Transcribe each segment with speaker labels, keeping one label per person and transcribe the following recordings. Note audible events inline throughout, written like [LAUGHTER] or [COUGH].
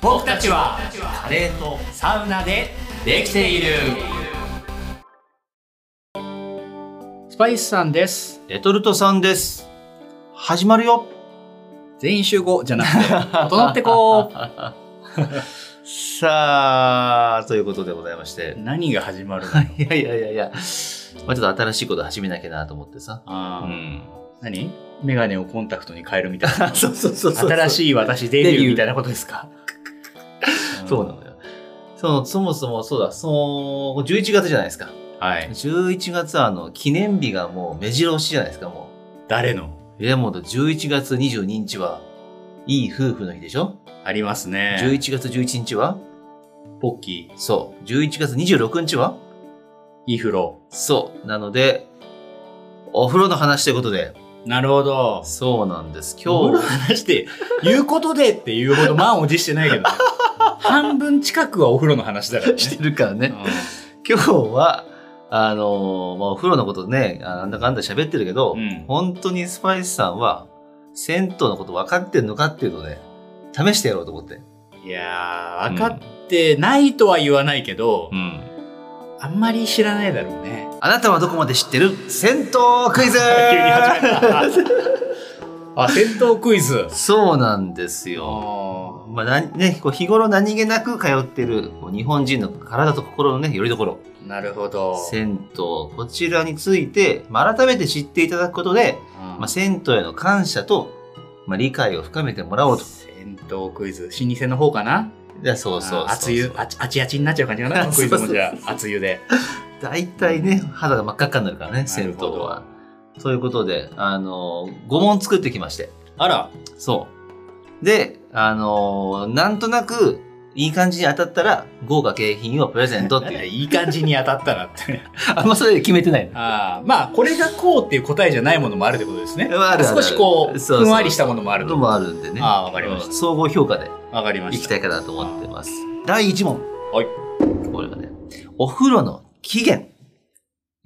Speaker 1: 僕たちは
Speaker 2: カレーと
Speaker 1: サウナでできているスパイスさんです
Speaker 2: レトルトさんです始まるよ
Speaker 1: 全員集合じゃなくて整ってこ
Speaker 2: さあということでございまして
Speaker 1: う [LAUGHS] 何が始まるの
Speaker 2: いやいやいやいや、まあ、ちょっと新しいこと始めなきゃなと思ってさう
Speaker 1: あー
Speaker 2: ん
Speaker 1: 何メガネをコンタクトに変えるみた [LAUGHS] いな
Speaker 2: そうそうそうそう
Speaker 1: 新
Speaker 2: い
Speaker 1: しい私デビューみたいなことですか
Speaker 2: そうなのよそのそもそもそうだその11月じゃないですか
Speaker 1: はい
Speaker 2: 11月はあの記念日がもう目白押しじゃないですかも
Speaker 1: 誰の
Speaker 2: ういやもう11月22日はいい夫婦の日でしょ、
Speaker 1: ありますね
Speaker 2: ?11 月11日は
Speaker 1: ポッキー
Speaker 2: そう11月26日は
Speaker 1: イフロ
Speaker 2: そう。なので、お風呂の話ということで。
Speaker 1: なるほど
Speaker 2: そうなんです。
Speaker 1: 今日の
Speaker 2: 今日、
Speaker 1: 話で、言うことでっていうほど満を持してないけど、 [LAUGHS] ね、半分近くはお風呂の話だからね。
Speaker 2: してるから
Speaker 1: う
Speaker 2: ね。
Speaker 1: ん
Speaker 2: 今日は、あのーまあ、お風呂のことね、あなんだかんだ喋ってるけど、
Speaker 1: うん
Speaker 2: 本当にスパイスさんは、銭湯のこと分かってんのかっていうのをね、試してやろうと思って。
Speaker 1: いやー、分かってないとは言わないけど、
Speaker 2: うん。
Speaker 1: あんまり知らないだろうね。
Speaker 2: あなたはどこまで知ってる銭湯クイズ
Speaker 1: 急に始めた。 [LAUGHS] あ、戦闘クイズ。
Speaker 2: [LAUGHS] そうなんですよ。
Speaker 1: あ
Speaker 2: まあなね、こう日頃何気なく通ってるこう日本人の体と心のね、よりどころ。
Speaker 1: ーなるほど。
Speaker 2: 銭湯こちらについて、まあ、改めて知っていただくことで、
Speaker 1: うん
Speaker 2: まあ、銭湯への感謝と、まあ、理解を深めてもらおうと
Speaker 1: 戦闘クイズ。老舗の方かない
Speaker 2: やそうそうそう
Speaker 1: あ熱湯、あちあちあちになっちゃう感じかな、このクイズもじゃあ、熱湯で。
Speaker 2: 大体ね肌が真っ赤っかになるからね銭湯
Speaker 1: なるほど
Speaker 2: はということであの5問作ってきまして
Speaker 1: あら、
Speaker 2: そうであのなんとなくいい感じに当たったら豪華景品をプレゼント
Speaker 1: [LAUGHS]
Speaker 2: っていう
Speaker 1: いい感じに当たったなって。
Speaker 2: あんまそれで決めてないの
Speaker 1: ああまあこれがこうっていう答えじゃないものもあるってことですね。
Speaker 2: まああるある
Speaker 1: 少しこう
Speaker 2: そうそう
Speaker 1: ふんわりしたものもある
Speaker 2: こと
Speaker 1: と。わ
Speaker 2: もあるんでね
Speaker 1: あーわかりました
Speaker 2: うん総合評価で
Speaker 1: かりま
Speaker 2: 行き
Speaker 1: した
Speaker 2: いかなと思ってます。第1問。
Speaker 1: はい。
Speaker 2: これがね、お風呂の起源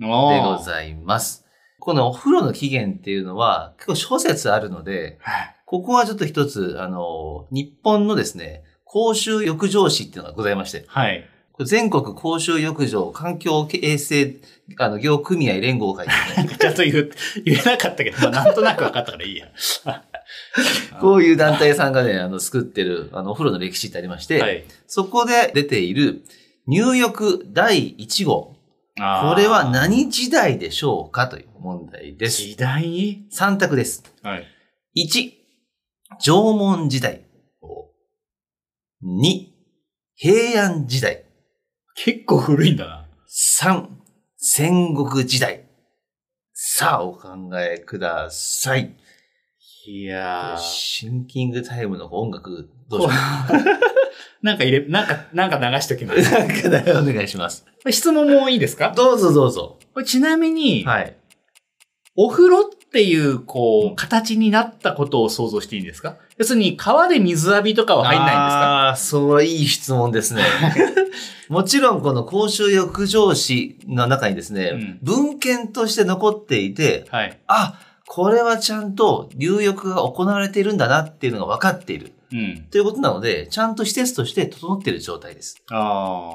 Speaker 1: た。
Speaker 2: で
Speaker 1: お
Speaker 2: ご
Speaker 1: ー
Speaker 2: ざいます。このお風呂の起源っていうのは結構諸説あるので、
Speaker 1: はい
Speaker 2: ここはちょっと一つ、あの、日本のですね、公衆浴場史っていうのがございまして、
Speaker 1: はい。
Speaker 2: これ全国公衆浴場環境衛生あの業組合連合会です
Speaker 1: [LAUGHS]
Speaker 2: ね、
Speaker 1: ちゃんと言う言えなかったけど、まあ、なんとなく分かったからいいや。
Speaker 2: こういう団体さんがね、あの、作ってる、あの、お風呂の歴史ってありまして、
Speaker 1: はい。
Speaker 2: そこで出ている入浴第1号。
Speaker 1: あー
Speaker 2: これは何時代でしょうかという問題です。
Speaker 1: 時代
Speaker 2: 3択です。
Speaker 1: はい。
Speaker 2: 1、縄文時代。2、平安時代。
Speaker 1: 結構古いんだな。
Speaker 2: 3、戦国時代。さあ、お考えください。
Speaker 1: いやー。
Speaker 2: シンキングタイムの音楽、どうしよ
Speaker 1: なんか入れ、なんか、なんか流しときま
Speaker 2: う。
Speaker 1: す。
Speaker 2: [LAUGHS] なんかねお願いします。
Speaker 1: 質問もいいですか
Speaker 2: どうぞどうぞ。
Speaker 1: これちなみに、
Speaker 2: はい。
Speaker 1: お風呂っていう、こう、形になったことを想像していいんですか要するに、川で水浴びとかは入んないんですか
Speaker 2: ああー、それいい質問です [LAUGHS] ね。もちろんこの公衆浴場史の中にですね、
Speaker 1: うん
Speaker 2: 文献として残っていて、
Speaker 1: はい。
Speaker 2: あ、これはちゃんと入浴が行われているんだなっていうのが分かっている。
Speaker 1: うん。
Speaker 2: ということなので、ちゃんと施設として整っている状態です。
Speaker 1: あ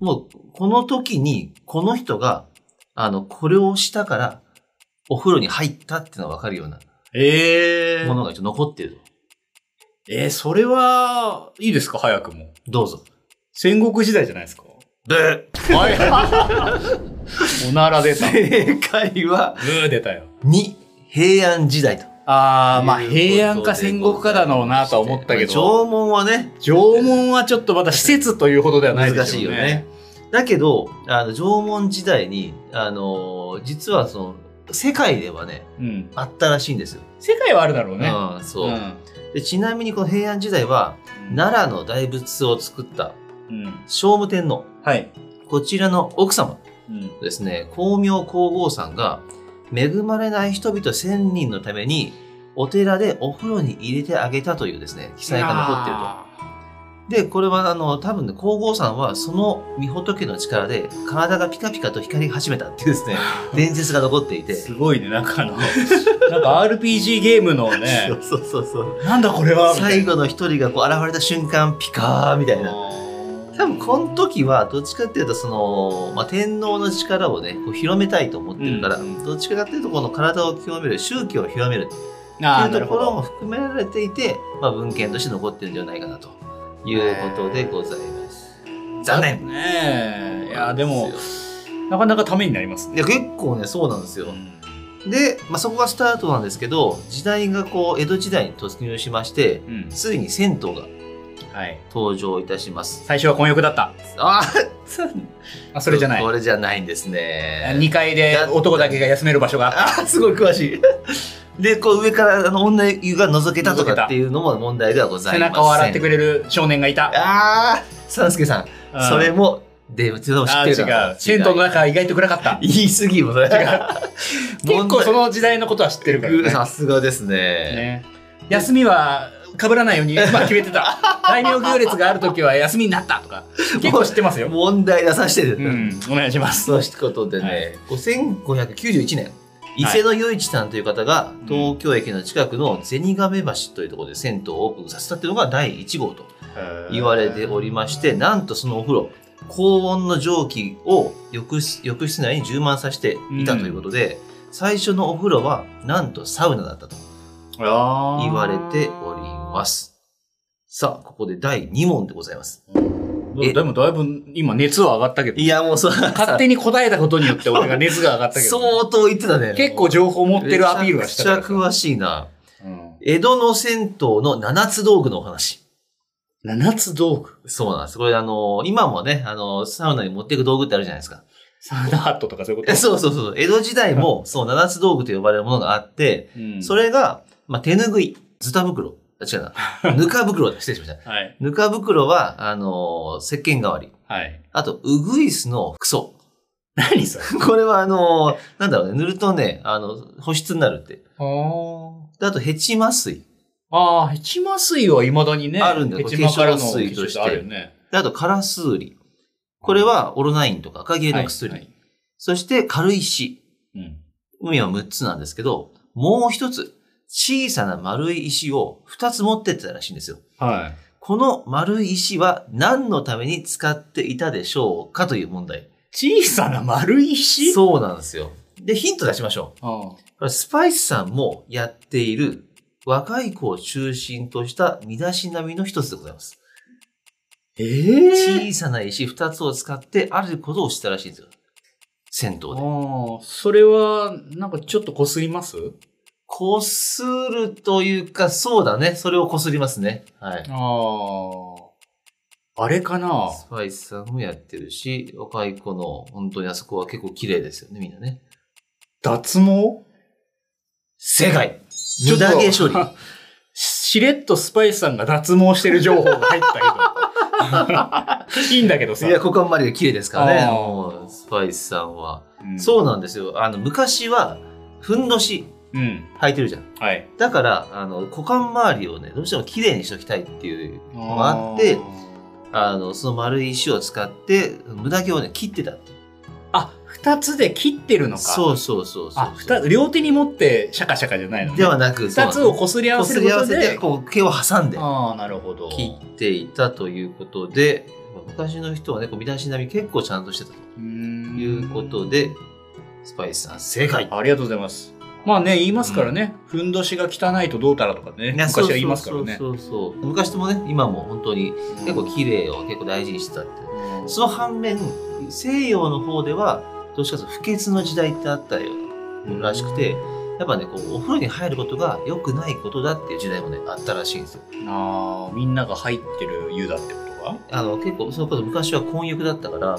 Speaker 2: もう、この時に、この人が、あの、これをしたから、お風呂に入ったっていうのが分かるような
Speaker 1: ー。ええ
Speaker 2: ものが一応残っている。
Speaker 1: えー、それは、いいですか早くも。
Speaker 2: どうぞ。
Speaker 1: 戦国時代じゃないですか
Speaker 2: で、
Speaker 1: はい。 [LAUGHS] おなら出た。ブ
Speaker 2: 正解は、
Speaker 1: ー出たよ。
Speaker 2: 2、平安時代と。
Speaker 1: あー、まあ、
Speaker 2: ということで
Speaker 1: 平安か戦国かだろうなとは思ったけど、
Speaker 2: 縄文はね、
Speaker 1: 縄文はちょっとまた施設というほどではないで
Speaker 2: 難
Speaker 1: す
Speaker 2: しい
Speaker 1: よ
Speaker 2: よ
Speaker 1: ね。
Speaker 2: ね。。だけど、あの、縄文時代に、あの、実はその、世界ではね、
Speaker 1: うん。
Speaker 2: あったらしいんですよ。
Speaker 1: 世界はあるだろうね。
Speaker 2: うん、そう、
Speaker 1: ん
Speaker 2: で。ちなみにこの平安時代は、奈良の大仏を作った
Speaker 1: うん。
Speaker 2: 聖武天皇、
Speaker 1: はい。
Speaker 2: こちらの奥様
Speaker 1: うん。
Speaker 2: ですね、光明皇后さんが、恵まれない人々1000人のために、お寺でお風呂に入れてあげたというですね、記載が残っていると。で、これはあの、多分ね、皇后さんはその御仏の力で体がピカピカと光り始めたっていう
Speaker 1: [LAUGHS]
Speaker 2: ですね、伝説が残っていて。
Speaker 1: すごいね、なんかあの、なんか RPG ゲームの [LAUGHS] ね、
Speaker 2: そうそうそうそう。
Speaker 1: なんだこれはみたい
Speaker 2: 最後の一人がこう現れた瞬間、ピカーみたい
Speaker 1: な
Speaker 2: な。多分この時はどっちかっていうとその、まあ、天皇の力をねこう広めたいと思ってるから、
Speaker 1: うん
Speaker 2: どっちかっていうとこの体を清める宗教を広めるってい
Speaker 1: あー
Speaker 2: う
Speaker 1: な
Speaker 2: と
Speaker 1: る
Speaker 2: こ
Speaker 1: ほ
Speaker 2: ろ
Speaker 1: ど。
Speaker 2: も含められていて、まあ、文献として残ってるんじゃないかなということでございます残念
Speaker 1: ねえ。いや、でも、
Speaker 2: い
Speaker 1: なかなかためになりますね。
Speaker 2: や結構ねそうなんですよで、まあ、そこがスタートなんですけど時代がこう江戸時代に突入しまして
Speaker 1: うん。
Speaker 2: ついに銭湯が
Speaker 1: はい。
Speaker 2: 登場いたします
Speaker 1: 最初は混浴だった。
Speaker 2: あー
Speaker 1: あ、それじゃない
Speaker 2: こ。れじゃないんですね
Speaker 1: 2階で男だけが休める場所があった。
Speaker 2: [LAUGHS] あーすごい詳しい。で、こう上からあの女湯が覗けたと
Speaker 1: 覗け
Speaker 2: か
Speaker 1: た
Speaker 2: っていうのも問題ではござい
Speaker 1: 背
Speaker 2: ません。
Speaker 1: 中を洗ってくれる少年がいた。
Speaker 2: ああ、サンスケさん、
Speaker 1: うん
Speaker 2: それも、で、ちょっと知
Speaker 1: あ
Speaker 2: っ
Speaker 1: ー
Speaker 2: てるか
Speaker 1: 違
Speaker 2: な
Speaker 1: う。銭湯の中は意外と暗か
Speaker 2: [LAUGHS]
Speaker 1: った。
Speaker 2: 言い過ぎもそ
Speaker 1: 違
Speaker 2: れ
Speaker 1: [LAUGHS] う。結構その時代のことは知ってるから
Speaker 2: 問題
Speaker 1: ね。
Speaker 2: さすがですね。
Speaker 1: ね休みは被らない
Speaker 2: [LAUGHS]
Speaker 1: ように、まあ、決めてた。大名行列がある時は休みになったとか。結構知ってますよ。
Speaker 2: 問題出させてる。
Speaker 1: うん。お願いします。
Speaker 2: そうしたことで
Speaker 1: は
Speaker 2: ね、5591年、伊勢の与一さんという方が、
Speaker 1: うん
Speaker 2: 東京駅の近くの銭亀橋というところで銭湯をオープンさせたっていうのが第1号と言われておりまして、なんとそのお風呂、高温の蒸気を浴室浴室内に充満させていたということで、最初のお風呂はなんとサウナだったと
Speaker 1: 言わ。
Speaker 2: 言われておりますす。さあ、ここで第2問でございます。え
Speaker 1: ででもだいぶ今熱は上がったけど。
Speaker 2: いや、もうそう、
Speaker 1: 勝手に答えたことによって俺が熱が上がったけど。
Speaker 2: 相当言ってたね。
Speaker 1: 結構情報持ってるアピールはしたから
Speaker 2: めちゃくちゃ詳しいな。
Speaker 1: うん
Speaker 2: 江戸の銭湯の七つ道具のお話。
Speaker 1: 七つ道具。
Speaker 2: そうなんです。これあの、今もね、あの、サウナに持っていく道具ってあるじゃないですか。
Speaker 1: サウナハットとかそういうこ
Speaker 2: え
Speaker 1: と
Speaker 2: そうそうそう。江戸時
Speaker 1: [LAUGHS]
Speaker 2: 代も、そう、七つ道具と呼ばれるものがあって、
Speaker 1: うん
Speaker 2: それが、まあ、手拭い、ズタ袋。あ違う
Speaker 1: [LAUGHS]
Speaker 2: な。ぬか袋だ。失礼しました。
Speaker 1: はい。
Speaker 2: ぬか袋は、あの、石鹸代わり。
Speaker 1: はい。
Speaker 2: あと、うぐいすのクソ。 [LAUGHS]
Speaker 1: 何それ
Speaker 2: これはあの、なんだろうね。塗るとね、あの、保湿になるって。
Speaker 1: あー
Speaker 2: であと、ヘチマ水。
Speaker 1: あー、ヘチマ水はいまだにね。
Speaker 2: あるんだよ
Speaker 1: ヘチマからの
Speaker 2: 化粧水として
Speaker 1: 化粧あるよね。
Speaker 2: であと、カラスウリ。これは、オロナインとか赤切れの薬。
Speaker 1: はいはい
Speaker 2: そして、軽石。
Speaker 1: うん
Speaker 2: 海は6つなんですけど、もう一つ、小さな丸い石を2つ持ってってたらしいんですよ。
Speaker 1: はい。
Speaker 2: この丸い石は何のために使っていたでしょうかという問題。
Speaker 1: 小さな丸い石う。
Speaker 2: そうなんですよ。で、ヒント出しましょ
Speaker 1: あ
Speaker 2: う。これスパイスさんもやっている若い子を中心とした身だしなみの一つでございます。
Speaker 1: え
Speaker 2: 小さな石二つを使ってあることをしたらしいんですよ。銭湯
Speaker 1: あ
Speaker 2: で。
Speaker 1: ーそれは、なんかちょっとこすります
Speaker 2: こするというか、そうだね。それをこすりますね。はい。
Speaker 1: ああ。あれかな
Speaker 2: スパイスさんもやってるし、若い子の本当にあそこは結構綺麗ですよね、みんなね。
Speaker 1: 脱毛
Speaker 2: 正解
Speaker 1: ちょ
Speaker 2: 無
Speaker 1: っと
Speaker 2: 駄毛 [LAUGHS] 処理。
Speaker 1: しれっとスパイスさんが脱毛してる情報が入った
Speaker 2: [LAUGHS]
Speaker 1: けど。いいんだけどさ。
Speaker 2: いや、ここはマリで綺麗ですからね、
Speaker 1: あー
Speaker 2: もうスパイスさんは。
Speaker 1: うん
Speaker 2: そうなんですよ。あの、昔は、ふんどし
Speaker 1: うん。
Speaker 2: 履いてるじゃん。
Speaker 1: はい。
Speaker 2: だから、あの、股間周りをね、どうしても綺麗にしときたいっていうのがあって、あの、その丸い石を使って、無駄毛をね、切ってたっていう
Speaker 1: あ、二つで切ってるのか。
Speaker 2: そうそうそうそう。
Speaker 1: あ、二つ、両手に持ってシャカシャカじゃないのね
Speaker 2: ではなく、
Speaker 1: 二つをこすり合わせる
Speaker 2: 擦
Speaker 1: こ
Speaker 2: り合わ
Speaker 1: と
Speaker 2: せ
Speaker 1: で。
Speaker 2: て、こう、毛を挟んで、
Speaker 1: ああ、なるほど。
Speaker 2: 切っていたということで、昔の人はね、こう、身だしなみ結構ちゃんとしてたと。
Speaker 1: うーん
Speaker 2: ということで、スパイスさん正解。
Speaker 1: ありがとうございます。まあね、言いますからね。ふんどしが汚いとどうたらとかね。昔は言いますからね。
Speaker 2: そうそうそうそう昔ともね、今も本当に結構綺麗を結構大事にしてたって。
Speaker 1: うん
Speaker 2: その反面、西洋の方では、どうしかというと不潔の時代ってあったよらしくて、やっぱね、こうお風呂に入ることが良くないことだっていう時代もね、あったらしいんですよ。
Speaker 1: ああ、みんなが入ってる湯だってことか
Speaker 2: あの、結構、そのこと昔は混浴だったから、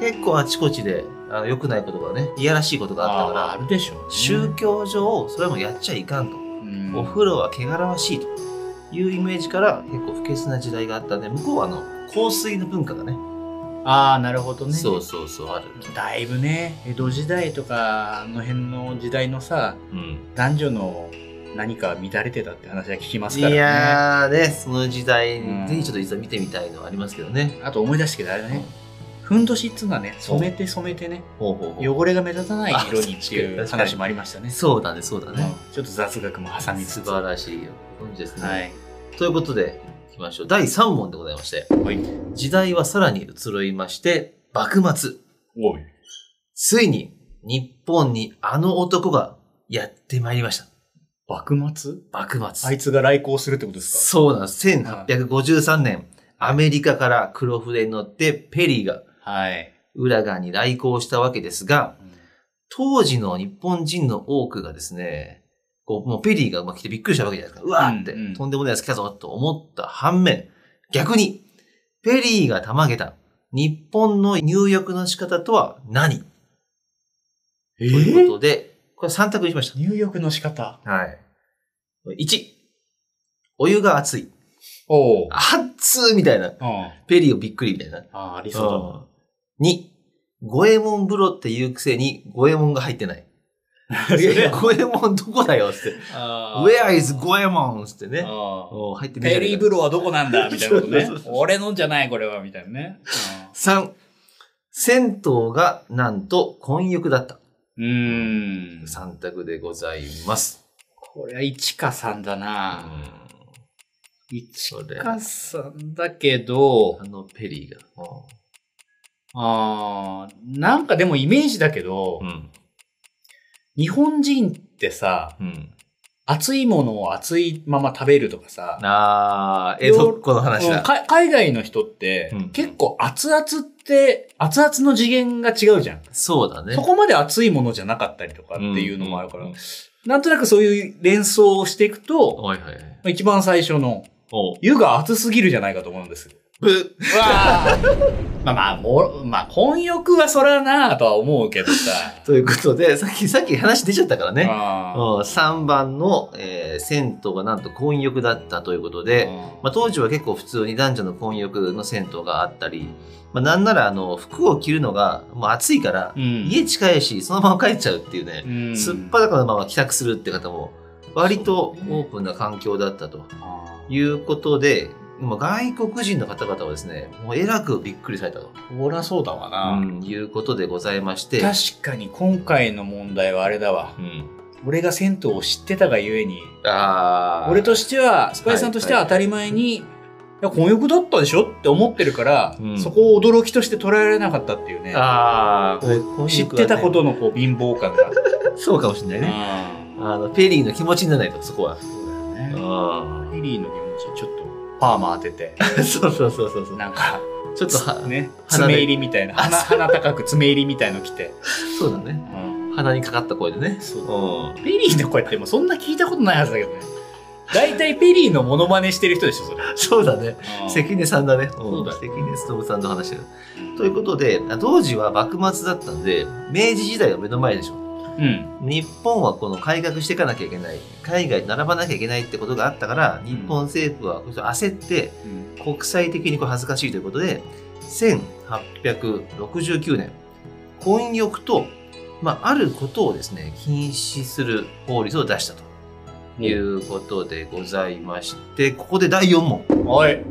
Speaker 2: 結構あちこちであの良くないことがね、いやらしいことがあった
Speaker 1: あ
Speaker 2: か
Speaker 1: るでしょうね、
Speaker 2: ら、宗教上、それはもうやっちゃいかんと。
Speaker 1: うん
Speaker 2: お風呂は汚らわしいというイメージから結構不潔な時代があったんで向こうはあの香水の文化がね
Speaker 1: ああ、なるほどね。
Speaker 2: そうそうそうある、
Speaker 1: だいぶね、江戸時代とか、あの辺の時代のさ、
Speaker 2: うん、
Speaker 1: 男女の何か乱れてたって話は聞きます
Speaker 2: い
Speaker 1: からね。
Speaker 2: やーね、その時代
Speaker 1: うん、
Speaker 2: ぜひちょっといつか見てみたいのはありますけどね。
Speaker 1: あと思い出したけど、あれだね。ふんどしっつうのはね、染めて染めてね、
Speaker 2: ほうほうほう
Speaker 1: 汚れが目立たない色にってい
Speaker 2: あ
Speaker 1: う
Speaker 2: 確かに
Speaker 1: 話もありましたね。
Speaker 2: そうだね、そうだね。
Speaker 1: うんちょっと雑学も挟みつ
Speaker 2: 素
Speaker 1: つ。
Speaker 2: 晴らしいよ。ご存知ですね。
Speaker 1: はい。
Speaker 2: ということで、いきましょう。第3問でございまして、
Speaker 1: はい。
Speaker 2: 時代はさらに移ろいまして、幕末。
Speaker 1: おい。
Speaker 2: ついに、日本にあの男がやってまいりました。
Speaker 1: 幕末
Speaker 2: 幕
Speaker 1: あ
Speaker 2: 末。
Speaker 1: いつが来航するってことです
Speaker 2: そうなんです。1853年、アメリカから黒船に乗ってペリーが
Speaker 1: かはい。
Speaker 2: 浦賀に来航したわけですが、当時の日本人の多くがですね、こう、もうペリーがまあ来てびっくりしたわけじゃないですか。うわーって、
Speaker 1: うんうん
Speaker 2: とんでもないやつ来たぞと思った反面、逆に、ペリーがたまげた日本の入浴の仕方とは何
Speaker 1: え
Speaker 2: ということで、これ3択にしまし
Speaker 1: 入浴の仕方
Speaker 2: た。はい。1、お湯が熱い。
Speaker 1: おうあ
Speaker 2: 熱っみたいな。
Speaker 1: あ
Speaker 2: ペリーをびっくりみたいな。
Speaker 1: あ、ありそうだな。
Speaker 2: 2、五右衛門風呂って言うくせに五右衛門が入ってない。
Speaker 1: そ
Speaker 2: いやいや
Speaker 1: れ
Speaker 2: 五右衛門どこだよって。
Speaker 1: あ
Speaker 2: Where is 五右衛門つってね。
Speaker 1: ああ
Speaker 2: お入ってみた
Speaker 1: ペリー風呂はどこなん
Speaker 2: [LAUGHS]
Speaker 1: だみたいなことね
Speaker 2: そうそう。そう
Speaker 1: 俺のんじゃない、これは、みたいなね。ああ
Speaker 2: 3、銭湯がなんと混浴だった。
Speaker 1: うーん。
Speaker 2: 3択でございます。
Speaker 1: これは1か3だ
Speaker 2: う
Speaker 1: な。
Speaker 2: んそ
Speaker 1: 1
Speaker 2: れ
Speaker 1: か3だけど
Speaker 2: あ、のペリーが。
Speaker 1: ああ、なんかでもイメージだけど
Speaker 2: う、ん。
Speaker 1: 日本人ってさ、
Speaker 2: うん。
Speaker 1: 熱いものを熱いまま食べるとかさ、
Speaker 2: あー、江戸っ子の話
Speaker 1: うん
Speaker 2: だ。
Speaker 1: か海外の人って、
Speaker 2: うん
Speaker 1: 結構熱々って、熱々の次元が違うじゃん。
Speaker 2: そうだね
Speaker 1: そ。こまで熱いものじゃなかったりとかっていうのもあるから、なんとなくそういう連想をしていくと、
Speaker 2: はいはいはい。
Speaker 1: 一番最初の、
Speaker 2: おう。
Speaker 1: 湯が熱すぎるじゃないかと思うんです。
Speaker 2: ぶ
Speaker 1: うわー [LAUGHS] まあまあ、もうまあ、混浴はそらなあとは思うけどさ。
Speaker 2: ということで、さっき、さっき話出ちゃったからね。
Speaker 1: あー
Speaker 2: うん3番の、えー銭湯がなんと混浴だったということ
Speaker 1: う
Speaker 2: で、
Speaker 1: ん
Speaker 2: まあ、当時は結構普通に男女の混浴の銭湯があったり、まあ、なんならあの服を着るのがもう暑いから、
Speaker 1: うん
Speaker 2: 家近いしそのまま帰っちゃうっていうね、
Speaker 1: うん
Speaker 2: すっぱだかのまま帰宅するって方も割とオ
Speaker 1: そうね
Speaker 2: ープンな環境だったと
Speaker 1: あ
Speaker 2: いうことで、まあ外国人の方々はですねもうえらくびっくりされたと、
Speaker 1: ーそらそうだわな。
Speaker 2: うんいうことでございまして。
Speaker 1: 確かに今回の問題はあれだわ。
Speaker 2: うん
Speaker 1: 俺が銭湯を知ってたがゆえに、
Speaker 2: あー
Speaker 1: 俺としては、スパイさんとしては当たり前に、いや、混浴だったでしょって思ってるから、
Speaker 2: うん
Speaker 1: そこを驚きとして捉えられなかったっていうね。
Speaker 2: あー
Speaker 1: こう
Speaker 2: 混浴はね
Speaker 1: 知ってたことのこう貧乏感が。
Speaker 2: そうかもしれないね。
Speaker 1: あ
Speaker 2: あの、ペリーの気持ちにならないと、そこは。
Speaker 1: そうだよね。
Speaker 2: あ
Speaker 1: リリーの気持ちちょっとパーマ当て
Speaker 2: [LAUGHS]
Speaker 1: て、
Speaker 2: あ。そうそうそうそうそう。
Speaker 1: なんか、
Speaker 2: ちょっとは、
Speaker 1: ね、
Speaker 2: 鼻
Speaker 1: 爪
Speaker 2: で
Speaker 1: 入りみたいな、鼻鼻高く爪入りみたいの着て。
Speaker 2: そうだね。鼻にかかった声でね。
Speaker 1: そう
Speaker 2: う
Speaker 1: ペリーの声ってもうそんな聞いたことないはずだけどね。大体ペリーのモノマネしてる人でしょ、それ。
Speaker 2: ん。そうだね。関根さんだね。
Speaker 1: そうだよ
Speaker 2: 関根勤さんと話してる。ということで、当時は幕末だったんで、明治時代は目の前でしょ。
Speaker 1: うん。
Speaker 2: 日本はこの改革していかなきゃいけない。海外と並ばなきゃいけないってことがあったから、日本政府はこう焦って、国際的にこう恥ずかしいということで、1869年、婚欲と、まあ、あることをですね、禁止する法律を出したということでございまして、ここで第4問。
Speaker 1: はい。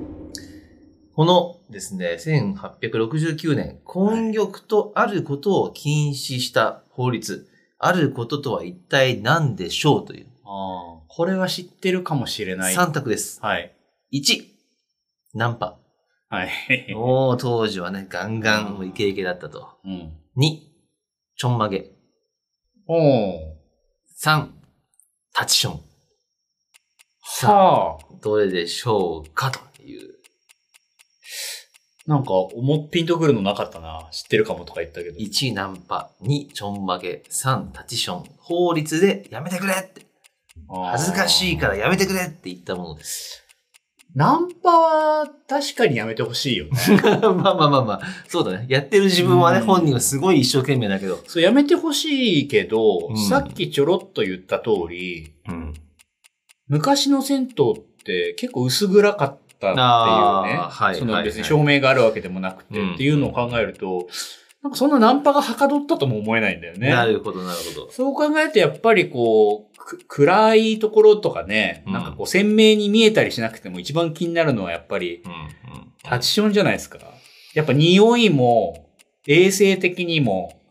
Speaker 2: このですね、1869年、婚欲とあることを禁止した法律、あることとは一体何でしょうという
Speaker 1: ああ、これは知ってるかもしれない。
Speaker 2: 3択です。
Speaker 1: はい。
Speaker 2: 1、ナンパ。
Speaker 1: はい。
Speaker 2: もう当時はね、ガンガンもうイケイケだったと。
Speaker 1: うん。
Speaker 2: 2、ちょんまげ。
Speaker 1: [LAUGHS] おお。
Speaker 2: 3、タチション。さ
Speaker 1: さあ
Speaker 2: あ、、どれでしょうかという。
Speaker 1: なんか、思っぴんとくるのなかったな。知ってるかもとか言ったけど。。
Speaker 2: 1、ナンパ。2、ちょんまげ。3、タチション。法律でやめてくれって。恥ずかしいかららやめてくれって言ったもの [LAUGHS] です。
Speaker 1: ナンパは確かにやめてほしいよね。
Speaker 2: まあまあまあまあ。そうだね。やってる自分はね、
Speaker 1: うん
Speaker 2: 本人はすごい一生懸命だけど。
Speaker 1: そう、やめてほしいけど、
Speaker 2: うん
Speaker 1: さっきちょろっと言った通り、
Speaker 2: うん。
Speaker 1: 昔の銭湯って結構薄暗かったっていうね。
Speaker 2: あーはい
Speaker 1: その
Speaker 2: はい
Speaker 1: 別に
Speaker 2: はい
Speaker 1: 照明があるわけでもなくて
Speaker 2: うん
Speaker 1: っていうのを考えると、なんかそんなナンパがはかどったとも思えないんだよね。
Speaker 2: なるほど、なるほど。
Speaker 1: そう考えるとやっぱりこう、く暗いところとかね、
Speaker 2: うん
Speaker 1: なんかこう鮮明に見えたりしなくても一番気になるのはやっぱり
Speaker 2: うん、うん。
Speaker 1: タッチションじゃないですか。やっぱ匂いも、衛生的にも、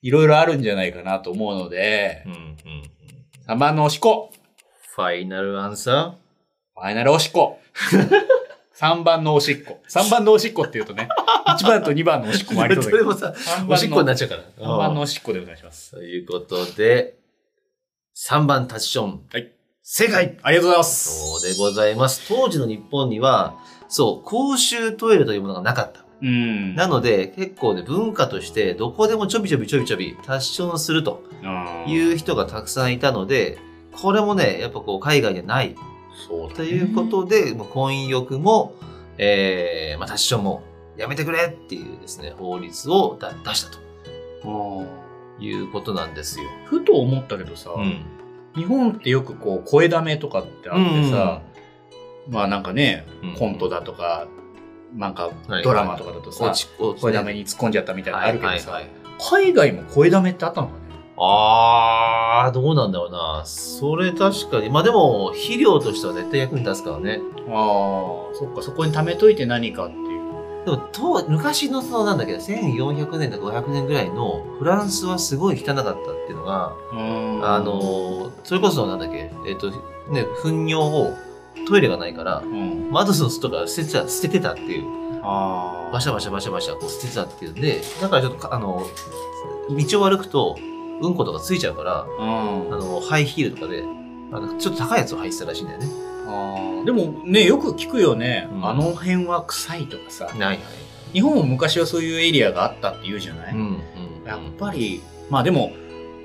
Speaker 1: いろいろあるんじゃないかなと思うので
Speaker 2: う、ん、うん。
Speaker 1: サバのおしこ、
Speaker 2: ファイナルアンサ
Speaker 1: ファイナルおしっ [LAUGHS] こ。3番のおしっこ。3番のおしっこって言うと [LAUGHS] ね、1番と2番のおしっこ
Speaker 2: ー
Speaker 1: もありそうだ
Speaker 2: ど
Speaker 1: け
Speaker 2: れ
Speaker 1: ど、
Speaker 2: もさ、
Speaker 1: 3
Speaker 2: おしっこ
Speaker 1: 番
Speaker 2: に
Speaker 1: の
Speaker 2: なっちゃうから。
Speaker 1: 三番の
Speaker 2: うん
Speaker 1: おしっこでお願いします。
Speaker 2: ということで、3番タッチション。
Speaker 1: はい。
Speaker 2: 正解
Speaker 1: ありがとうございます。
Speaker 2: そうでございます。当時の日本には、そう、公衆トイレというものがなかった。
Speaker 1: うん。
Speaker 2: なので、結構ね、文化として、どこでもちょびちょびちょびちょび、タッチションするという人がたくさんいたので、これもね、やっぱこう、海外でない。
Speaker 1: そう
Speaker 2: ということで、もう婚浴も、えー、まあ、タッチションも、やめてくれっていうですね、法律をだ出したということなんですよ。
Speaker 1: ふと思ったけどさ、
Speaker 2: うん。
Speaker 1: 日本ってよくこう声だめとかってあってさ、まあなんかね、
Speaker 2: うん
Speaker 1: コントだとか、なんか
Speaker 2: はい
Speaker 1: ドラマとかだとさ、
Speaker 2: 落ち、落ち
Speaker 1: 声だめに突っ込んじゃったみたいなのあるけどさ、
Speaker 2: はいはいは
Speaker 1: 海
Speaker 2: い
Speaker 1: 外も声だめってあったのかね。
Speaker 2: あー、どうなんだろうな。それ確かに。まあでも、肥料としては絶対役に立つからね。
Speaker 1: ああ、そっか、そこに貯めといて何かっていう。
Speaker 2: でも、と昔のその、なんだっけど、1400年とか500年ぐらいのフランスはすごい汚かったっていうのが、あ
Speaker 1: あ、
Speaker 2: のー、それこそなんだっけ、えっ、と、ね、糞尿をトイレがないから、
Speaker 1: うん。
Speaker 2: 窓の外から捨ててた、捨ててたっていう、
Speaker 1: あ
Speaker 2: バシャバシャバシャバシャこう捨ててたっていうんで、だからちょっとか、あの、道を歩くと、うんことかついちゃうから、
Speaker 1: あ。うん
Speaker 2: あの、ハイヒールとかで、あのちょっと高いやつを履いてたらしいんだよね。
Speaker 1: あーでもね、よく聞くよね、
Speaker 2: うん
Speaker 1: あの辺は臭いとかさ、
Speaker 2: ない。
Speaker 1: 日本も昔はそういうエリアがあったって言うじゃない、
Speaker 2: うん、うん。
Speaker 1: やっぱり、まあでも、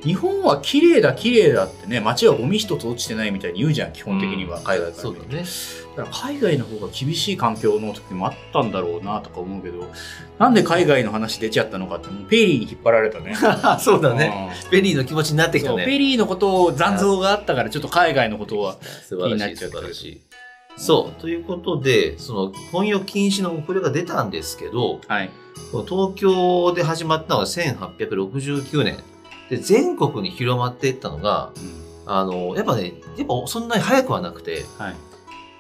Speaker 1: 日本は綺麗だ綺麗だってね、街はゴミ一つ落ちてないみたいに言うじゃん、基本的には海外から
Speaker 2: そう
Speaker 1: 見
Speaker 2: だ
Speaker 1: ると
Speaker 2: ね。
Speaker 1: だから海外の方が厳しい環境の時もあったんだろうなとか思うけど、なんで海外の話出ちゃったのかって、もうペリーに引っ張られたね。
Speaker 2: そうだね。
Speaker 1: ね。
Speaker 2: ベリーの気持ちになってきた
Speaker 1: そう
Speaker 2: ね。
Speaker 1: ペリーのことを残像があったから、ちょっと海外のことは。
Speaker 2: 素晴らし
Speaker 1: 気になっ
Speaker 2: い、素
Speaker 1: ちゃう
Speaker 2: 晴らしい。そう、ということで、その、婚浴禁止のこれが出たんですけど、
Speaker 1: はい。
Speaker 2: 東京で始まったのが1869年。で、全国に広まっていったのが、あの、やっぱね、やっぱそんなに早くはなくて、
Speaker 1: はい。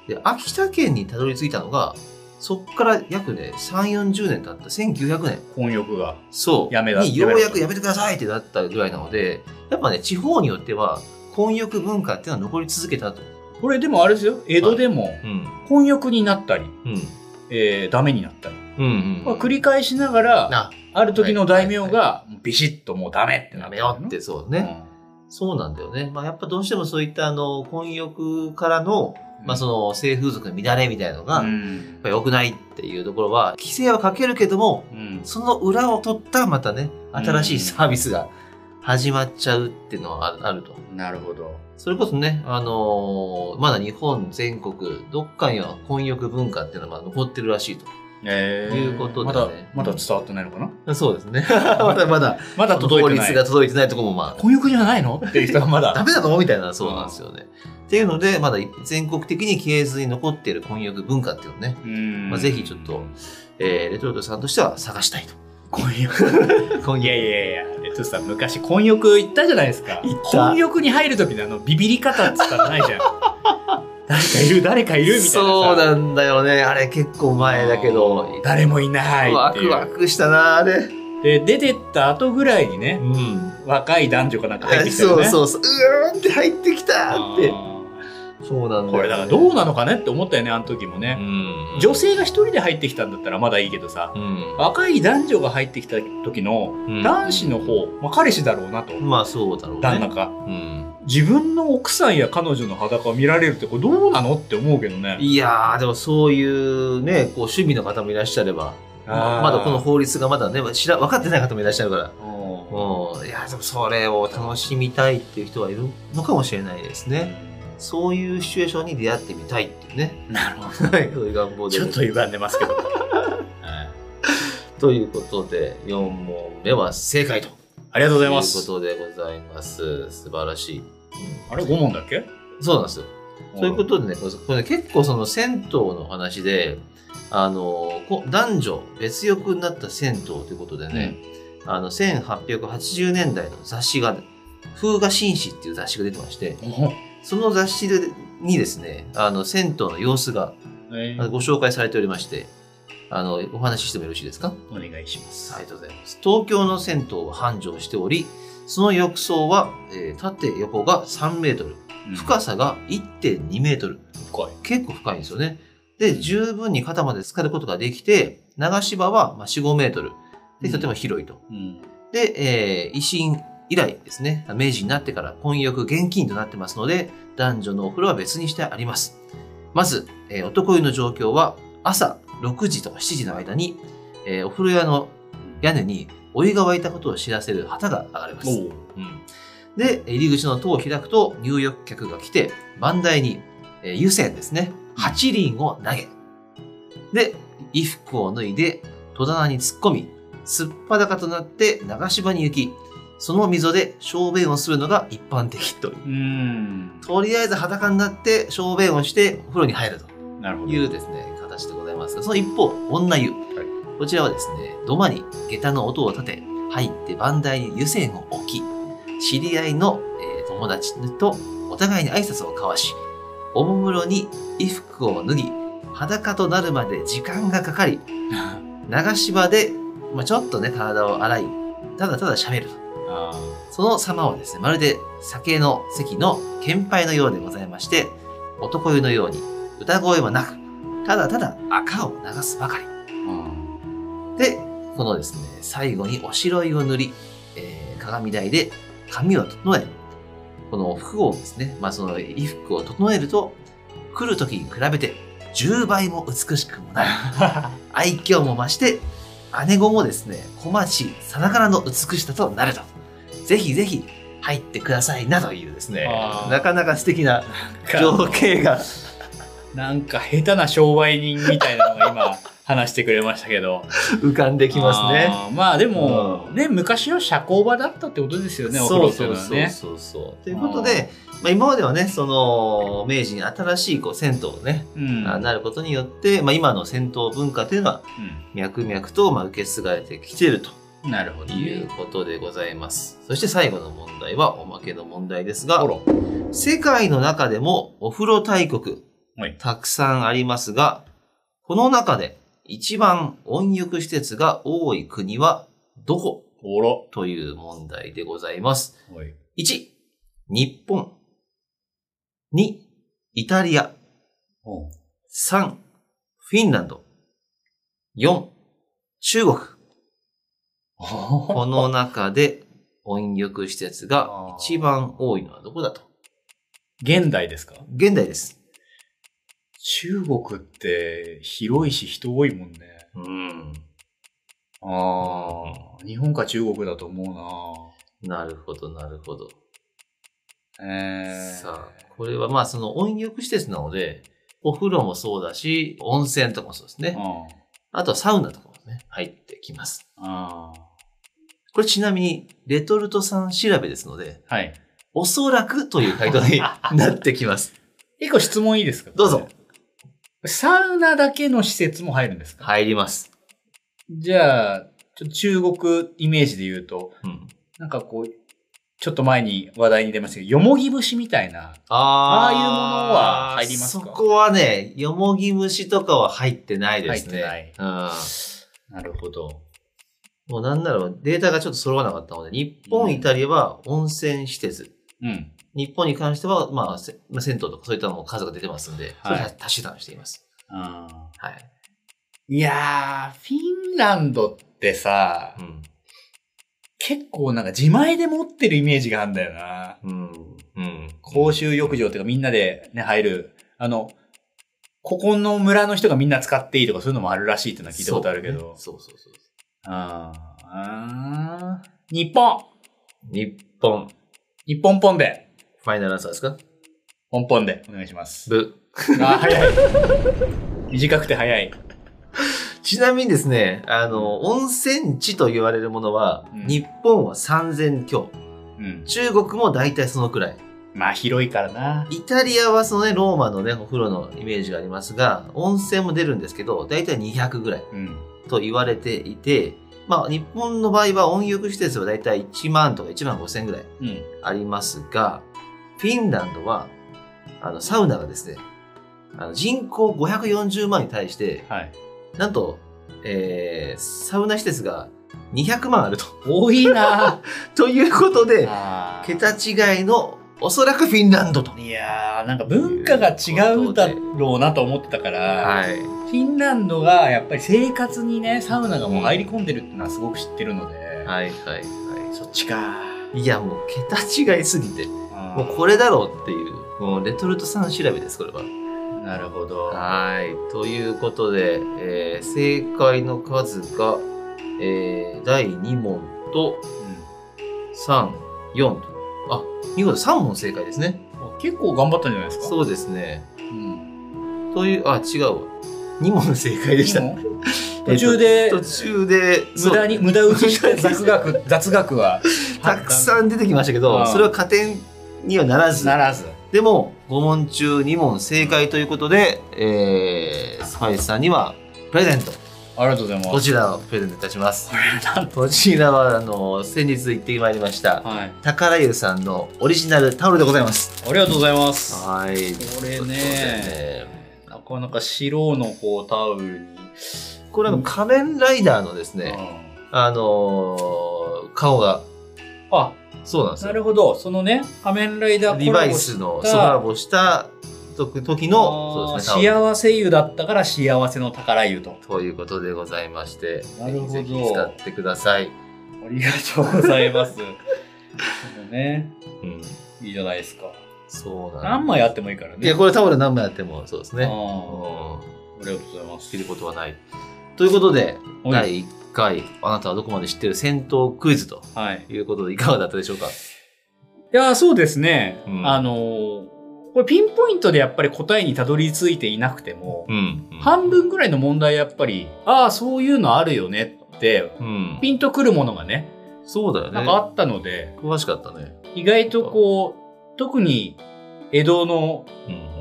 Speaker 2: で、秋田県にたどり着いたのが、そっから約ね、3、40年経った1900年。
Speaker 1: 婚欲が。
Speaker 2: そう。
Speaker 1: やめだ
Speaker 2: にようやく
Speaker 1: や
Speaker 2: やめてくださいってなったぐらいなので、やっぱね、地方によっては、婚浴文化っていうのは残り続けたと。
Speaker 1: これでもあれですよ、江戸でも
Speaker 2: うん。
Speaker 1: 婚欲になったり、
Speaker 2: うん。
Speaker 1: えー、ダメになったり。
Speaker 2: うん、うん。
Speaker 1: まあ、繰り返しながら、
Speaker 2: あ、
Speaker 1: ある時の大名が、ビシッともうダメってな
Speaker 2: や
Speaker 1: っ
Speaker 2: め
Speaker 1: た
Speaker 2: ようって、そうね。そうなんだよね。まあ、やっぱどうしてもそういった、あの、婚浴からの、まあ、そ
Speaker 1: の、
Speaker 2: の、性風俗の乱れみたいのが、
Speaker 1: う
Speaker 2: やっ
Speaker 1: ん
Speaker 2: ぱ良くないっていうところは、規制はかけるけども、
Speaker 1: うん
Speaker 2: その裏を取った、またね、新しいサービスが始まっちゃうっていうのはあるあると。
Speaker 1: なるほど。
Speaker 2: それこそね、あのーまだ日本全国、どっかには婚浴文化っていうのが残ってるらしい
Speaker 1: えー
Speaker 2: いうことで
Speaker 1: ま
Speaker 2: ね
Speaker 1: だ、まだ伝わってないのかな
Speaker 2: と。そうですね。 [LAUGHS] まだまだ、
Speaker 1: まだ [LAUGHS] 届いてな
Speaker 2: 法律が
Speaker 1: い。
Speaker 2: 届いてないところもまあ、
Speaker 1: 婚欲じゃないのっていう人はま
Speaker 2: [LAUGHS]
Speaker 1: だ。
Speaker 2: ダメだぞみたいな、そうなんですよね。っていうので、まだ全国的に消えずに残っている婚浴文化っていうのをね、
Speaker 1: うん
Speaker 2: まあぜひちょっとえーレトルトさんとしては探したいと。
Speaker 1: 婚欲。
Speaker 2: [LAUGHS] 婚
Speaker 1: いや
Speaker 2: 浴。
Speaker 1: いやいや、レッドさん昔婚欲行ったじゃないですか。
Speaker 2: 行った
Speaker 1: 婚欲に入る時のあのビビり方っつったらない
Speaker 2: [LAUGHS]
Speaker 1: じゃん。誰かいる、誰かいるみたいなさ。
Speaker 2: そうなんだよね。あれ結構前だけど。
Speaker 1: 誰もいない
Speaker 2: ワ
Speaker 1: ってい
Speaker 2: ク
Speaker 1: う。
Speaker 2: ワクしたな、あれ。
Speaker 1: で、出てった後ぐらいにね、
Speaker 2: ん。
Speaker 1: 若い男女かなんか入ってきたよ
Speaker 2: そ
Speaker 1: ね。
Speaker 2: うそうそう。うーんって入ってきたって。
Speaker 1: あ
Speaker 2: そうなんだ
Speaker 1: ー
Speaker 2: よね。
Speaker 1: これだからどうなのかねって思ったよね、あの時もね。
Speaker 2: うん
Speaker 1: 女性が一人で入ってきたんだったらまだいいけどさ、
Speaker 2: うん。
Speaker 1: 若い男女が入ってきた時の
Speaker 2: うん
Speaker 1: 男子の方、まあ、彼氏だろうなと、
Speaker 2: まあそうだろうね。
Speaker 1: 旦那か。
Speaker 2: うん。
Speaker 1: 自分の奥さんや彼女の裸を見られるってこれどうなのって思うけどね。
Speaker 2: いやー、でもそういうね、こう趣味の方もいらっしゃれば、ままだこの法律がまだね、知ら分かってない方もいらっしゃるから。
Speaker 1: の、
Speaker 2: うん、いやでもそれを楽しみたいっていう人はいるのかもしれないですね。そういうシチュエーションに出会ってみたいっていうね。
Speaker 1: なるほど。
Speaker 2: はい、そういう願望で。
Speaker 1: ちょっと歪んでますけ [LAUGHS] ど。
Speaker 2: ということで、4問目は正解と。
Speaker 1: ありがとうございま
Speaker 2: という
Speaker 1: す。
Speaker 2: ことでございます。素晴らしい。
Speaker 1: あれ5問だっけ
Speaker 2: そうなんですよ。ということでね、これこれね結構その銭湯の話で、あのこ男女別浴になった銭湯ということでね、あの1880年代の雑誌が、ね「風雅紳士」っていう雑誌が出てましてその雑誌でにですねあの銭湯の様子が
Speaker 1: え
Speaker 2: あのご紹介されておりましてあのお話ししてもよろしいですか
Speaker 1: お願いします。
Speaker 2: ありがとうございます。東京の銭湯は繁盛しており、その浴槽は、えー縦横が3メートル、深さが1.2メートル。
Speaker 1: 深い。
Speaker 2: 結構深いんですよね。で、十分に肩まで浸かることができて、流し場はまあ4、5メートル。で、とても広いと。
Speaker 1: うん。
Speaker 2: で、えー維新以来ですね、明治になってから婚約現金となってますので、男女のお風呂は別にしてあります。まず、えー男湯の状況は、朝6時とか7時の間に、えーお風呂屋の屋根にお湯が沸いたことを知らせる旗が上がります。
Speaker 1: おう
Speaker 2: うんで、入り口の戸を開くと入浴客が来て、番台に、えー湯船ですね、八輪を投げ、で、衣服を脱いで戸棚に突っ込み、すっぱだかとなって流し場に行き、その溝で小便をするのが一般的という。
Speaker 1: うん。
Speaker 2: とりあえず裸になって小便をしてお風呂に入ると。
Speaker 1: なるほ
Speaker 2: と
Speaker 1: ど。
Speaker 2: いうですね、形でございますが、その一方、女湯。こちらはですね、土間に下駄の音を立て、入って番台に湯船を置き、知り合いの、えー友達とお互いに挨拶を交わし、おもむろに衣服を脱ぎ、裸となるまで時間がかかり、流し場で、まあ、ちょっとね、体を洗い、ただただ喋ると。
Speaker 1: あ
Speaker 2: その様をですね、まるで酒の席の献杯のようでございまして、男湯のように歌声はなく、ただただ赤を流すばかり。
Speaker 1: [LAUGHS] ー
Speaker 2: で、このですね、最後におしろいを塗り、えー鏡台で髪を整え、この服をですね、まあその衣服を整えると、来る時に比べて10倍も美しくもなる。愛嬌も増して姉子もですね小町さながらの美しさとなるとぜひぜひ入ってくださいなというですね
Speaker 1: あー
Speaker 2: なかなか素敵な
Speaker 1: うん。
Speaker 2: 情
Speaker 1: [LAUGHS]
Speaker 2: 景が
Speaker 1: なんか下手な商売人みたいなのが今話してくれましたけど。
Speaker 2: 浮かんできますね。
Speaker 1: あー。まあでも、
Speaker 2: うん
Speaker 1: ね、昔は社交場だったってことですよね、お風呂っていうのはね。
Speaker 2: そうそう。ということで、まあ、今まではねその明治に新しいこう銭湯をね、
Speaker 1: うん。
Speaker 2: あなることによって、まあ、今の銭湯文化というのは脈々とまあ受け継がれてきていると
Speaker 1: うんなるほどね。
Speaker 2: いうことでございます。そして最後の問題はおまけの問題です
Speaker 1: あ
Speaker 2: が
Speaker 1: ら。
Speaker 2: 世界の中でもお風呂大国、
Speaker 1: はい
Speaker 2: たくさんありますが、この中で一番温浴施設が多い国はどこ
Speaker 1: おろ。
Speaker 2: という問題でございます。
Speaker 1: はい。
Speaker 2: 1、日本。2、イタリア。
Speaker 1: おう
Speaker 2: 3、フィンランド。4、中国。この中で温浴施設が一番多いのはどこだと
Speaker 1: [LAUGHS] 現代ですか
Speaker 2: 現代です。
Speaker 1: 中国って広いし人多いもんね。
Speaker 2: うん。
Speaker 1: ああ。日本か中国だと思
Speaker 2: なるほど、なるほど。
Speaker 1: うな。えー、
Speaker 2: さあ、これはまあその温浴施設なので、お風呂もそうだし、温泉とかもそうですね。
Speaker 1: うん。
Speaker 2: あとはサウナとかもね、入ってきます。
Speaker 1: あ
Speaker 2: これちなみに、レトルトさん調べですので、
Speaker 1: あ。はい。
Speaker 2: おそらくという回答になってき [LAUGHS] ます。
Speaker 1: 一個質問いいですか
Speaker 2: どうぞ。。
Speaker 1: サウナだけの施設も入るんですか
Speaker 2: 入ります。
Speaker 1: じゃあ、ちょ中国イメージで言うと、
Speaker 2: うん。
Speaker 1: なんかこう、ちょっと前に話題に出ましたけど、よもぎ節みたいな。
Speaker 2: あ
Speaker 1: ああいうものは入りますか
Speaker 2: そこはね、よもぎ虫とかは入ってないですね。
Speaker 1: 入って
Speaker 2: うん。
Speaker 1: なるほど。
Speaker 2: もうなんならデータがちょっと揃わなかったので、日
Speaker 1: う
Speaker 2: 本、
Speaker 1: ん
Speaker 2: イタリアは温泉施設。
Speaker 1: うん。
Speaker 2: 日本に関しては、まあ、せまあ銭湯とかそういったのも数が出てますんで、それ
Speaker 1: は
Speaker 2: はい足し算しています。
Speaker 1: あー
Speaker 2: はい。
Speaker 1: いやー、フィンランドってさ、結構なんか自前で持ってるイメージがあるんだよな。
Speaker 2: うん。うん。
Speaker 1: 公衆浴場っていうかみんなでね、入る。あの、ここの村の人がみんな使っていいとかそういうのもあるらしいっていうのは聞いたことあるけど。
Speaker 2: そうねそうそうそう。
Speaker 1: あーあー日本
Speaker 2: 日本、
Speaker 1: 日本ポンで
Speaker 2: ファイナルアンサーですか
Speaker 1: ポンポンでお願いします。 [LAUGHS]
Speaker 2: ブ。
Speaker 1: あー、早い。短くて早い。
Speaker 2: ちなみにですね、あの、温泉地と言われるものは、
Speaker 1: うん
Speaker 2: 日本は3000強。
Speaker 1: うん。
Speaker 2: 中国も大体そのくらい。
Speaker 1: まあ広いからな。
Speaker 2: イタリアはそのね、ローマのね、お風呂のイメージがありますが、温泉も出るんですけど、だいたい200ぐらい
Speaker 1: うん。
Speaker 2: と言われていて、まあ、日本の場合は温浴施設はだいたい1万とか1万5千ぐらい
Speaker 1: うん。
Speaker 2: ありますが、フィンランドは、あの、サウナがですね、あの人口540万に対して、
Speaker 1: はい。
Speaker 2: なんと、えー、サウナ施設が200万あると。 [LAUGHS]
Speaker 1: 多いな [LAUGHS]
Speaker 2: ということで、
Speaker 1: あー
Speaker 2: 桁違いの、おそらくフィンランドと。
Speaker 1: いやー、なんか文化が違うだろうなと思ってたから、
Speaker 2: はい。
Speaker 1: フィンランドがやっぱり生活にね、サウナがもう入り込んでるってのはすごく知ってるので、
Speaker 2: はいはいは
Speaker 1: そっちか
Speaker 2: い。いやもう桁違いすぎて、もうこれだろうっていう、もうレトルトさん調べです、これは。
Speaker 1: なるほど。
Speaker 2: はい。ということで、えー正解の数が、えー第2問と3、4と。あ、見事3問正解ですね。
Speaker 1: うん結構頑張ったんじゃないですか。う。
Speaker 2: そうですね。
Speaker 1: ん、
Speaker 2: という、あ、違うわ。2問正解でした。
Speaker 1: いいの途中で、
Speaker 2: 途中で、
Speaker 1: 無駄に、無駄打ち [LAUGHS] して雑学、雑学は。
Speaker 2: たくさん出てきましたけど、
Speaker 1: うん
Speaker 2: それは加点にはならず
Speaker 1: ならず。
Speaker 2: でも5問中2問正解ということで、えー、スパイスさんにはプレゼント
Speaker 1: ありがとうございま
Speaker 2: こ
Speaker 1: す。
Speaker 2: ちらをプレゼントいたします
Speaker 1: これなん
Speaker 2: こちらはあの先日行ってまいりました
Speaker 1: はい。
Speaker 2: 宝湯さんのオリジナルタオルでございます
Speaker 1: ありがとうございます。
Speaker 2: は
Speaker 1: こ
Speaker 2: い
Speaker 1: れ
Speaker 2: ということで
Speaker 1: ね、なかなか白のこうタオルに、
Speaker 2: これは仮面ライダーのです
Speaker 1: う
Speaker 2: ね、
Speaker 1: ん
Speaker 2: あのー顔が
Speaker 1: あ、
Speaker 2: そうなんです
Speaker 1: な
Speaker 2: よ
Speaker 1: るほど。そのね、仮面ライダー
Speaker 2: リバイスのコラボした時の
Speaker 1: の、
Speaker 2: そうですねタオル
Speaker 1: 幸せ湯だったから幸せの宝湯と。
Speaker 2: ということでございまして、
Speaker 1: なるほど
Speaker 2: ぜひぜひ使ってください。
Speaker 1: ありがとうござい
Speaker 2: [LAUGHS]
Speaker 1: ます。でもね、
Speaker 2: うん、
Speaker 1: いいじゃないですか。
Speaker 2: そうなん
Speaker 1: 何枚あってもいいから
Speaker 2: い
Speaker 1: ね。
Speaker 2: や、これタオル何枚あってもそうです
Speaker 1: あ
Speaker 2: ね。
Speaker 1: ー
Speaker 2: うん
Speaker 1: ありがとうございます。
Speaker 2: 切ることはない。ということで、
Speaker 1: は
Speaker 2: 第1回、あなたはどこまで知ってる戦闘クイズと
Speaker 1: はい。
Speaker 2: いうことで、いかがだったでしょうか
Speaker 1: いやー、そうですね。
Speaker 2: うん
Speaker 1: あのーこれピンポイントでやっぱり答えにたどり着いていなくても、
Speaker 2: ん。
Speaker 1: 半分ぐらいの問題やっぱり、ああ、そういうのあるよねって、
Speaker 2: うん。
Speaker 1: ピンとくるものがね、
Speaker 2: そうだよ
Speaker 1: なんかあ
Speaker 2: ね。
Speaker 1: ったので、
Speaker 2: 詳しかったね。
Speaker 1: 意外とこう、特に江戸の
Speaker 2: うん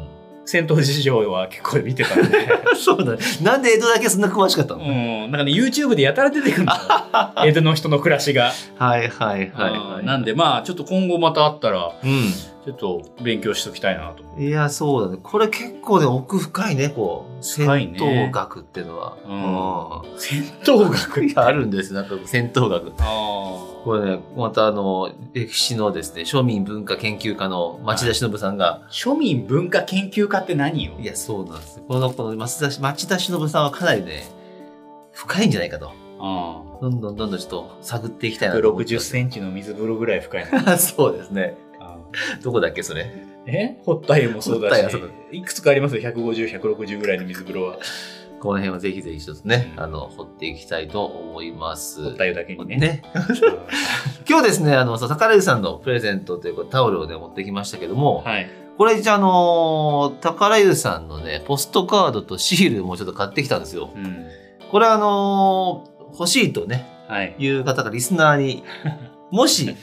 Speaker 1: 戦闘事情は結構見てたんで、
Speaker 2: [LAUGHS] うん、 [LAUGHS] そうだね。なんで江戸だけそんな詳しかったの、
Speaker 1: うん、なんかね、YouTube でやたら出てく
Speaker 2: [LAUGHS]
Speaker 1: るんだよ。江戸の人の暮らしが。
Speaker 2: はいはいはい、
Speaker 1: う
Speaker 2: はい。
Speaker 1: んなんで、まあ、ちょっと今後またあったら、
Speaker 2: うん。
Speaker 1: ちょっと勉強しときたいなと思う。
Speaker 2: いや、そうだね。これ結構ね、奥深いね、こう。戦
Speaker 1: 深いね
Speaker 2: 闘学っていうのは。
Speaker 1: 戦闘学
Speaker 2: うん。
Speaker 1: [LAUGHS]
Speaker 2: いや、あるんです、なんか戦闘学。
Speaker 1: あ
Speaker 2: これね、またあの、歴史のですね、庶民文化研究家の町田忍さんが、
Speaker 1: あ。庶民文化研究家って何よ
Speaker 2: い、や、そうなんです。この、この町田、町田忍さんはかなりね、深いんじゃないかと。
Speaker 1: あ
Speaker 2: どんどんどんどんちょっと探っていきたいなと思って
Speaker 1: 60センチの水風呂ぐらい深いな。
Speaker 2: [LAUGHS] ンそうですね。
Speaker 1: あ
Speaker 2: どこだっけ、それ。
Speaker 1: え堀田湯もそうだ
Speaker 2: 堀田
Speaker 1: し
Speaker 2: 湯はそうだ、
Speaker 1: いくつかありますよ、150、160ぐらいの水風呂は。
Speaker 2: この辺はぜひぜひちょっとね、
Speaker 1: うん
Speaker 2: あの、掘っていきたいと思います。
Speaker 1: 堀田湯だけにね。
Speaker 2: ね。今日ですね、あの、そう宝井さんのプレゼントというか、タオルをね、持ってきましたけども、
Speaker 1: はい。
Speaker 2: これじゃあ、あのー宝湯さんのね、ポストカードとシールもちょっと買ってきたんですよ。
Speaker 1: うん。
Speaker 2: これあのー欲しいとね、
Speaker 1: はい。
Speaker 2: いう方がリスナー
Speaker 1: [LAUGHS]
Speaker 2: に、もし、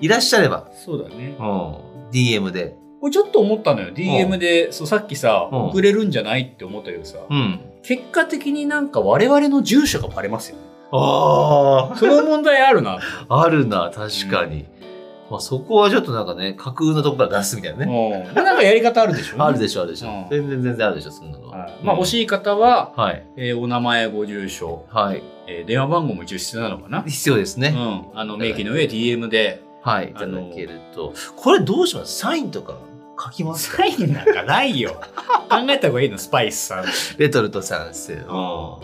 Speaker 2: いらっしゃれば、
Speaker 1: そうだね
Speaker 2: う。ん、DM で、
Speaker 1: これちょっと思ったのよ。DM で、そうさっきさ、
Speaker 2: うん
Speaker 1: 送れるんじゃないって思ったけどさ、
Speaker 2: うん。
Speaker 1: 結果的になんか我々の住所がバレますよね。
Speaker 2: あ
Speaker 1: その問題ある
Speaker 2: [LAUGHS]
Speaker 1: な。
Speaker 2: あ、あるな、確かに。まあ、そこはちょっとなんかね、架空のとこから出すみたいなね。
Speaker 1: うん。なんかやり方あるでしょ
Speaker 2: あるでしょ、あるでしょ。
Speaker 1: うん
Speaker 2: 全然全然あるでしょ、そんなの。
Speaker 1: はいまあ、欲
Speaker 2: い。
Speaker 1: しい方は、
Speaker 2: はい。
Speaker 1: えーお名前、ご住所、
Speaker 2: はい。
Speaker 1: えー電話番号も一応必要なのかな。
Speaker 2: 必要ですね。
Speaker 1: うん。あの、明記の上、DM で。
Speaker 2: はい、いただけると。これどうしますサインとか書きますか
Speaker 1: サインなんかないよ。考えた方がいいの、スパイスさん。
Speaker 2: レトルトさんです
Speaker 1: あ
Speaker 2: よ。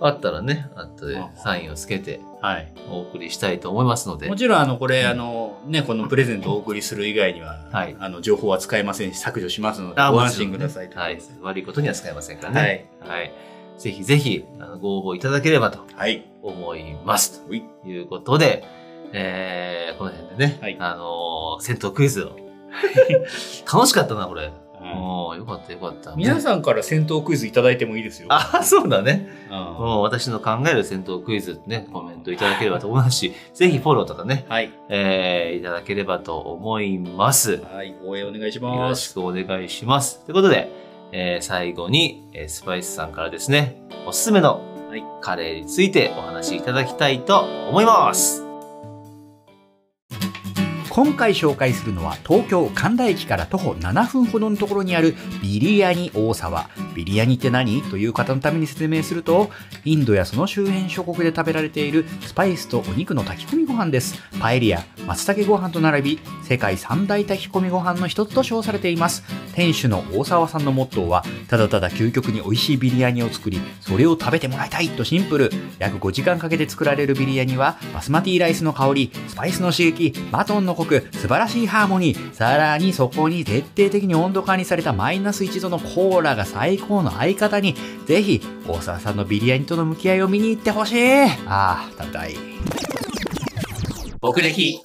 Speaker 2: あったらね、あとで
Speaker 1: あ
Speaker 2: サインをつけて
Speaker 1: はい。
Speaker 2: お送りしたいと思いますので
Speaker 1: も。ちろん、あの、これ、
Speaker 2: うん
Speaker 1: あの、ね、このプレゼントをお送りする以外には、
Speaker 2: はい
Speaker 1: あの、情報は使えませんし、削除しますので、
Speaker 2: あ
Speaker 1: ご
Speaker 2: も
Speaker 1: 安
Speaker 2: ちろん
Speaker 1: 心
Speaker 2: ね
Speaker 1: ください。
Speaker 2: はい。悪いことには使えませんから
Speaker 1: は
Speaker 2: ね。
Speaker 1: い。
Speaker 2: はい。ぜひぜひ、あのご応募いただければと
Speaker 1: はい。
Speaker 2: 思います。
Speaker 1: うい
Speaker 2: ということで、えー、この辺でね、
Speaker 1: はい [LAUGHS]
Speaker 2: あのー戦闘クイズを。楽しかったな、これ。
Speaker 1: うん
Speaker 2: ああ、よかったよかった。
Speaker 3: 皆さんから戦闘クイズいただいてもいいですよ。
Speaker 2: ああ、そうだね。
Speaker 3: うん
Speaker 2: もう私の考える戦闘クイズね、コメントいただければと思いますし、ぜひフォローとかね、
Speaker 3: はい。
Speaker 2: えーいただければと思います。よ
Speaker 3: はい。応援お願いし
Speaker 2: ろ
Speaker 3: ま
Speaker 2: し
Speaker 3: す。
Speaker 2: くお願いします。ということで、えー最後に、えースパイスさんからですね、おすすめの
Speaker 3: はい
Speaker 2: カレーについてお話しいただきたいと思います。
Speaker 1: 今回紹介するのは東京神田駅から徒歩7分ほどのところにあるビリヤニ大沢ビリヤニって何という方のために説明するとインドやその周辺諸国で食べられているスパイスとお肉の炊き込みご飯ですパエリア松茸ご飯と並び世界三大炊き込みご飯の一つと称されています店主の大沢さんのモットーはただただ究極に美味しいビリヤニを作りそれを食べてもらいたいとシンプル約5時間かけて作られるビリヤニはバスマティライスの香りスパイスの刺激マトンのコク素晴らしいハーモニーさらにそこに徹底的に温度管理されたマイナス1度のコーラが最高の相方にぜひ大沢さんのビリヤニとの向き合いを見に行ってほしいああ食べたい
Speaker 3: 僕歴。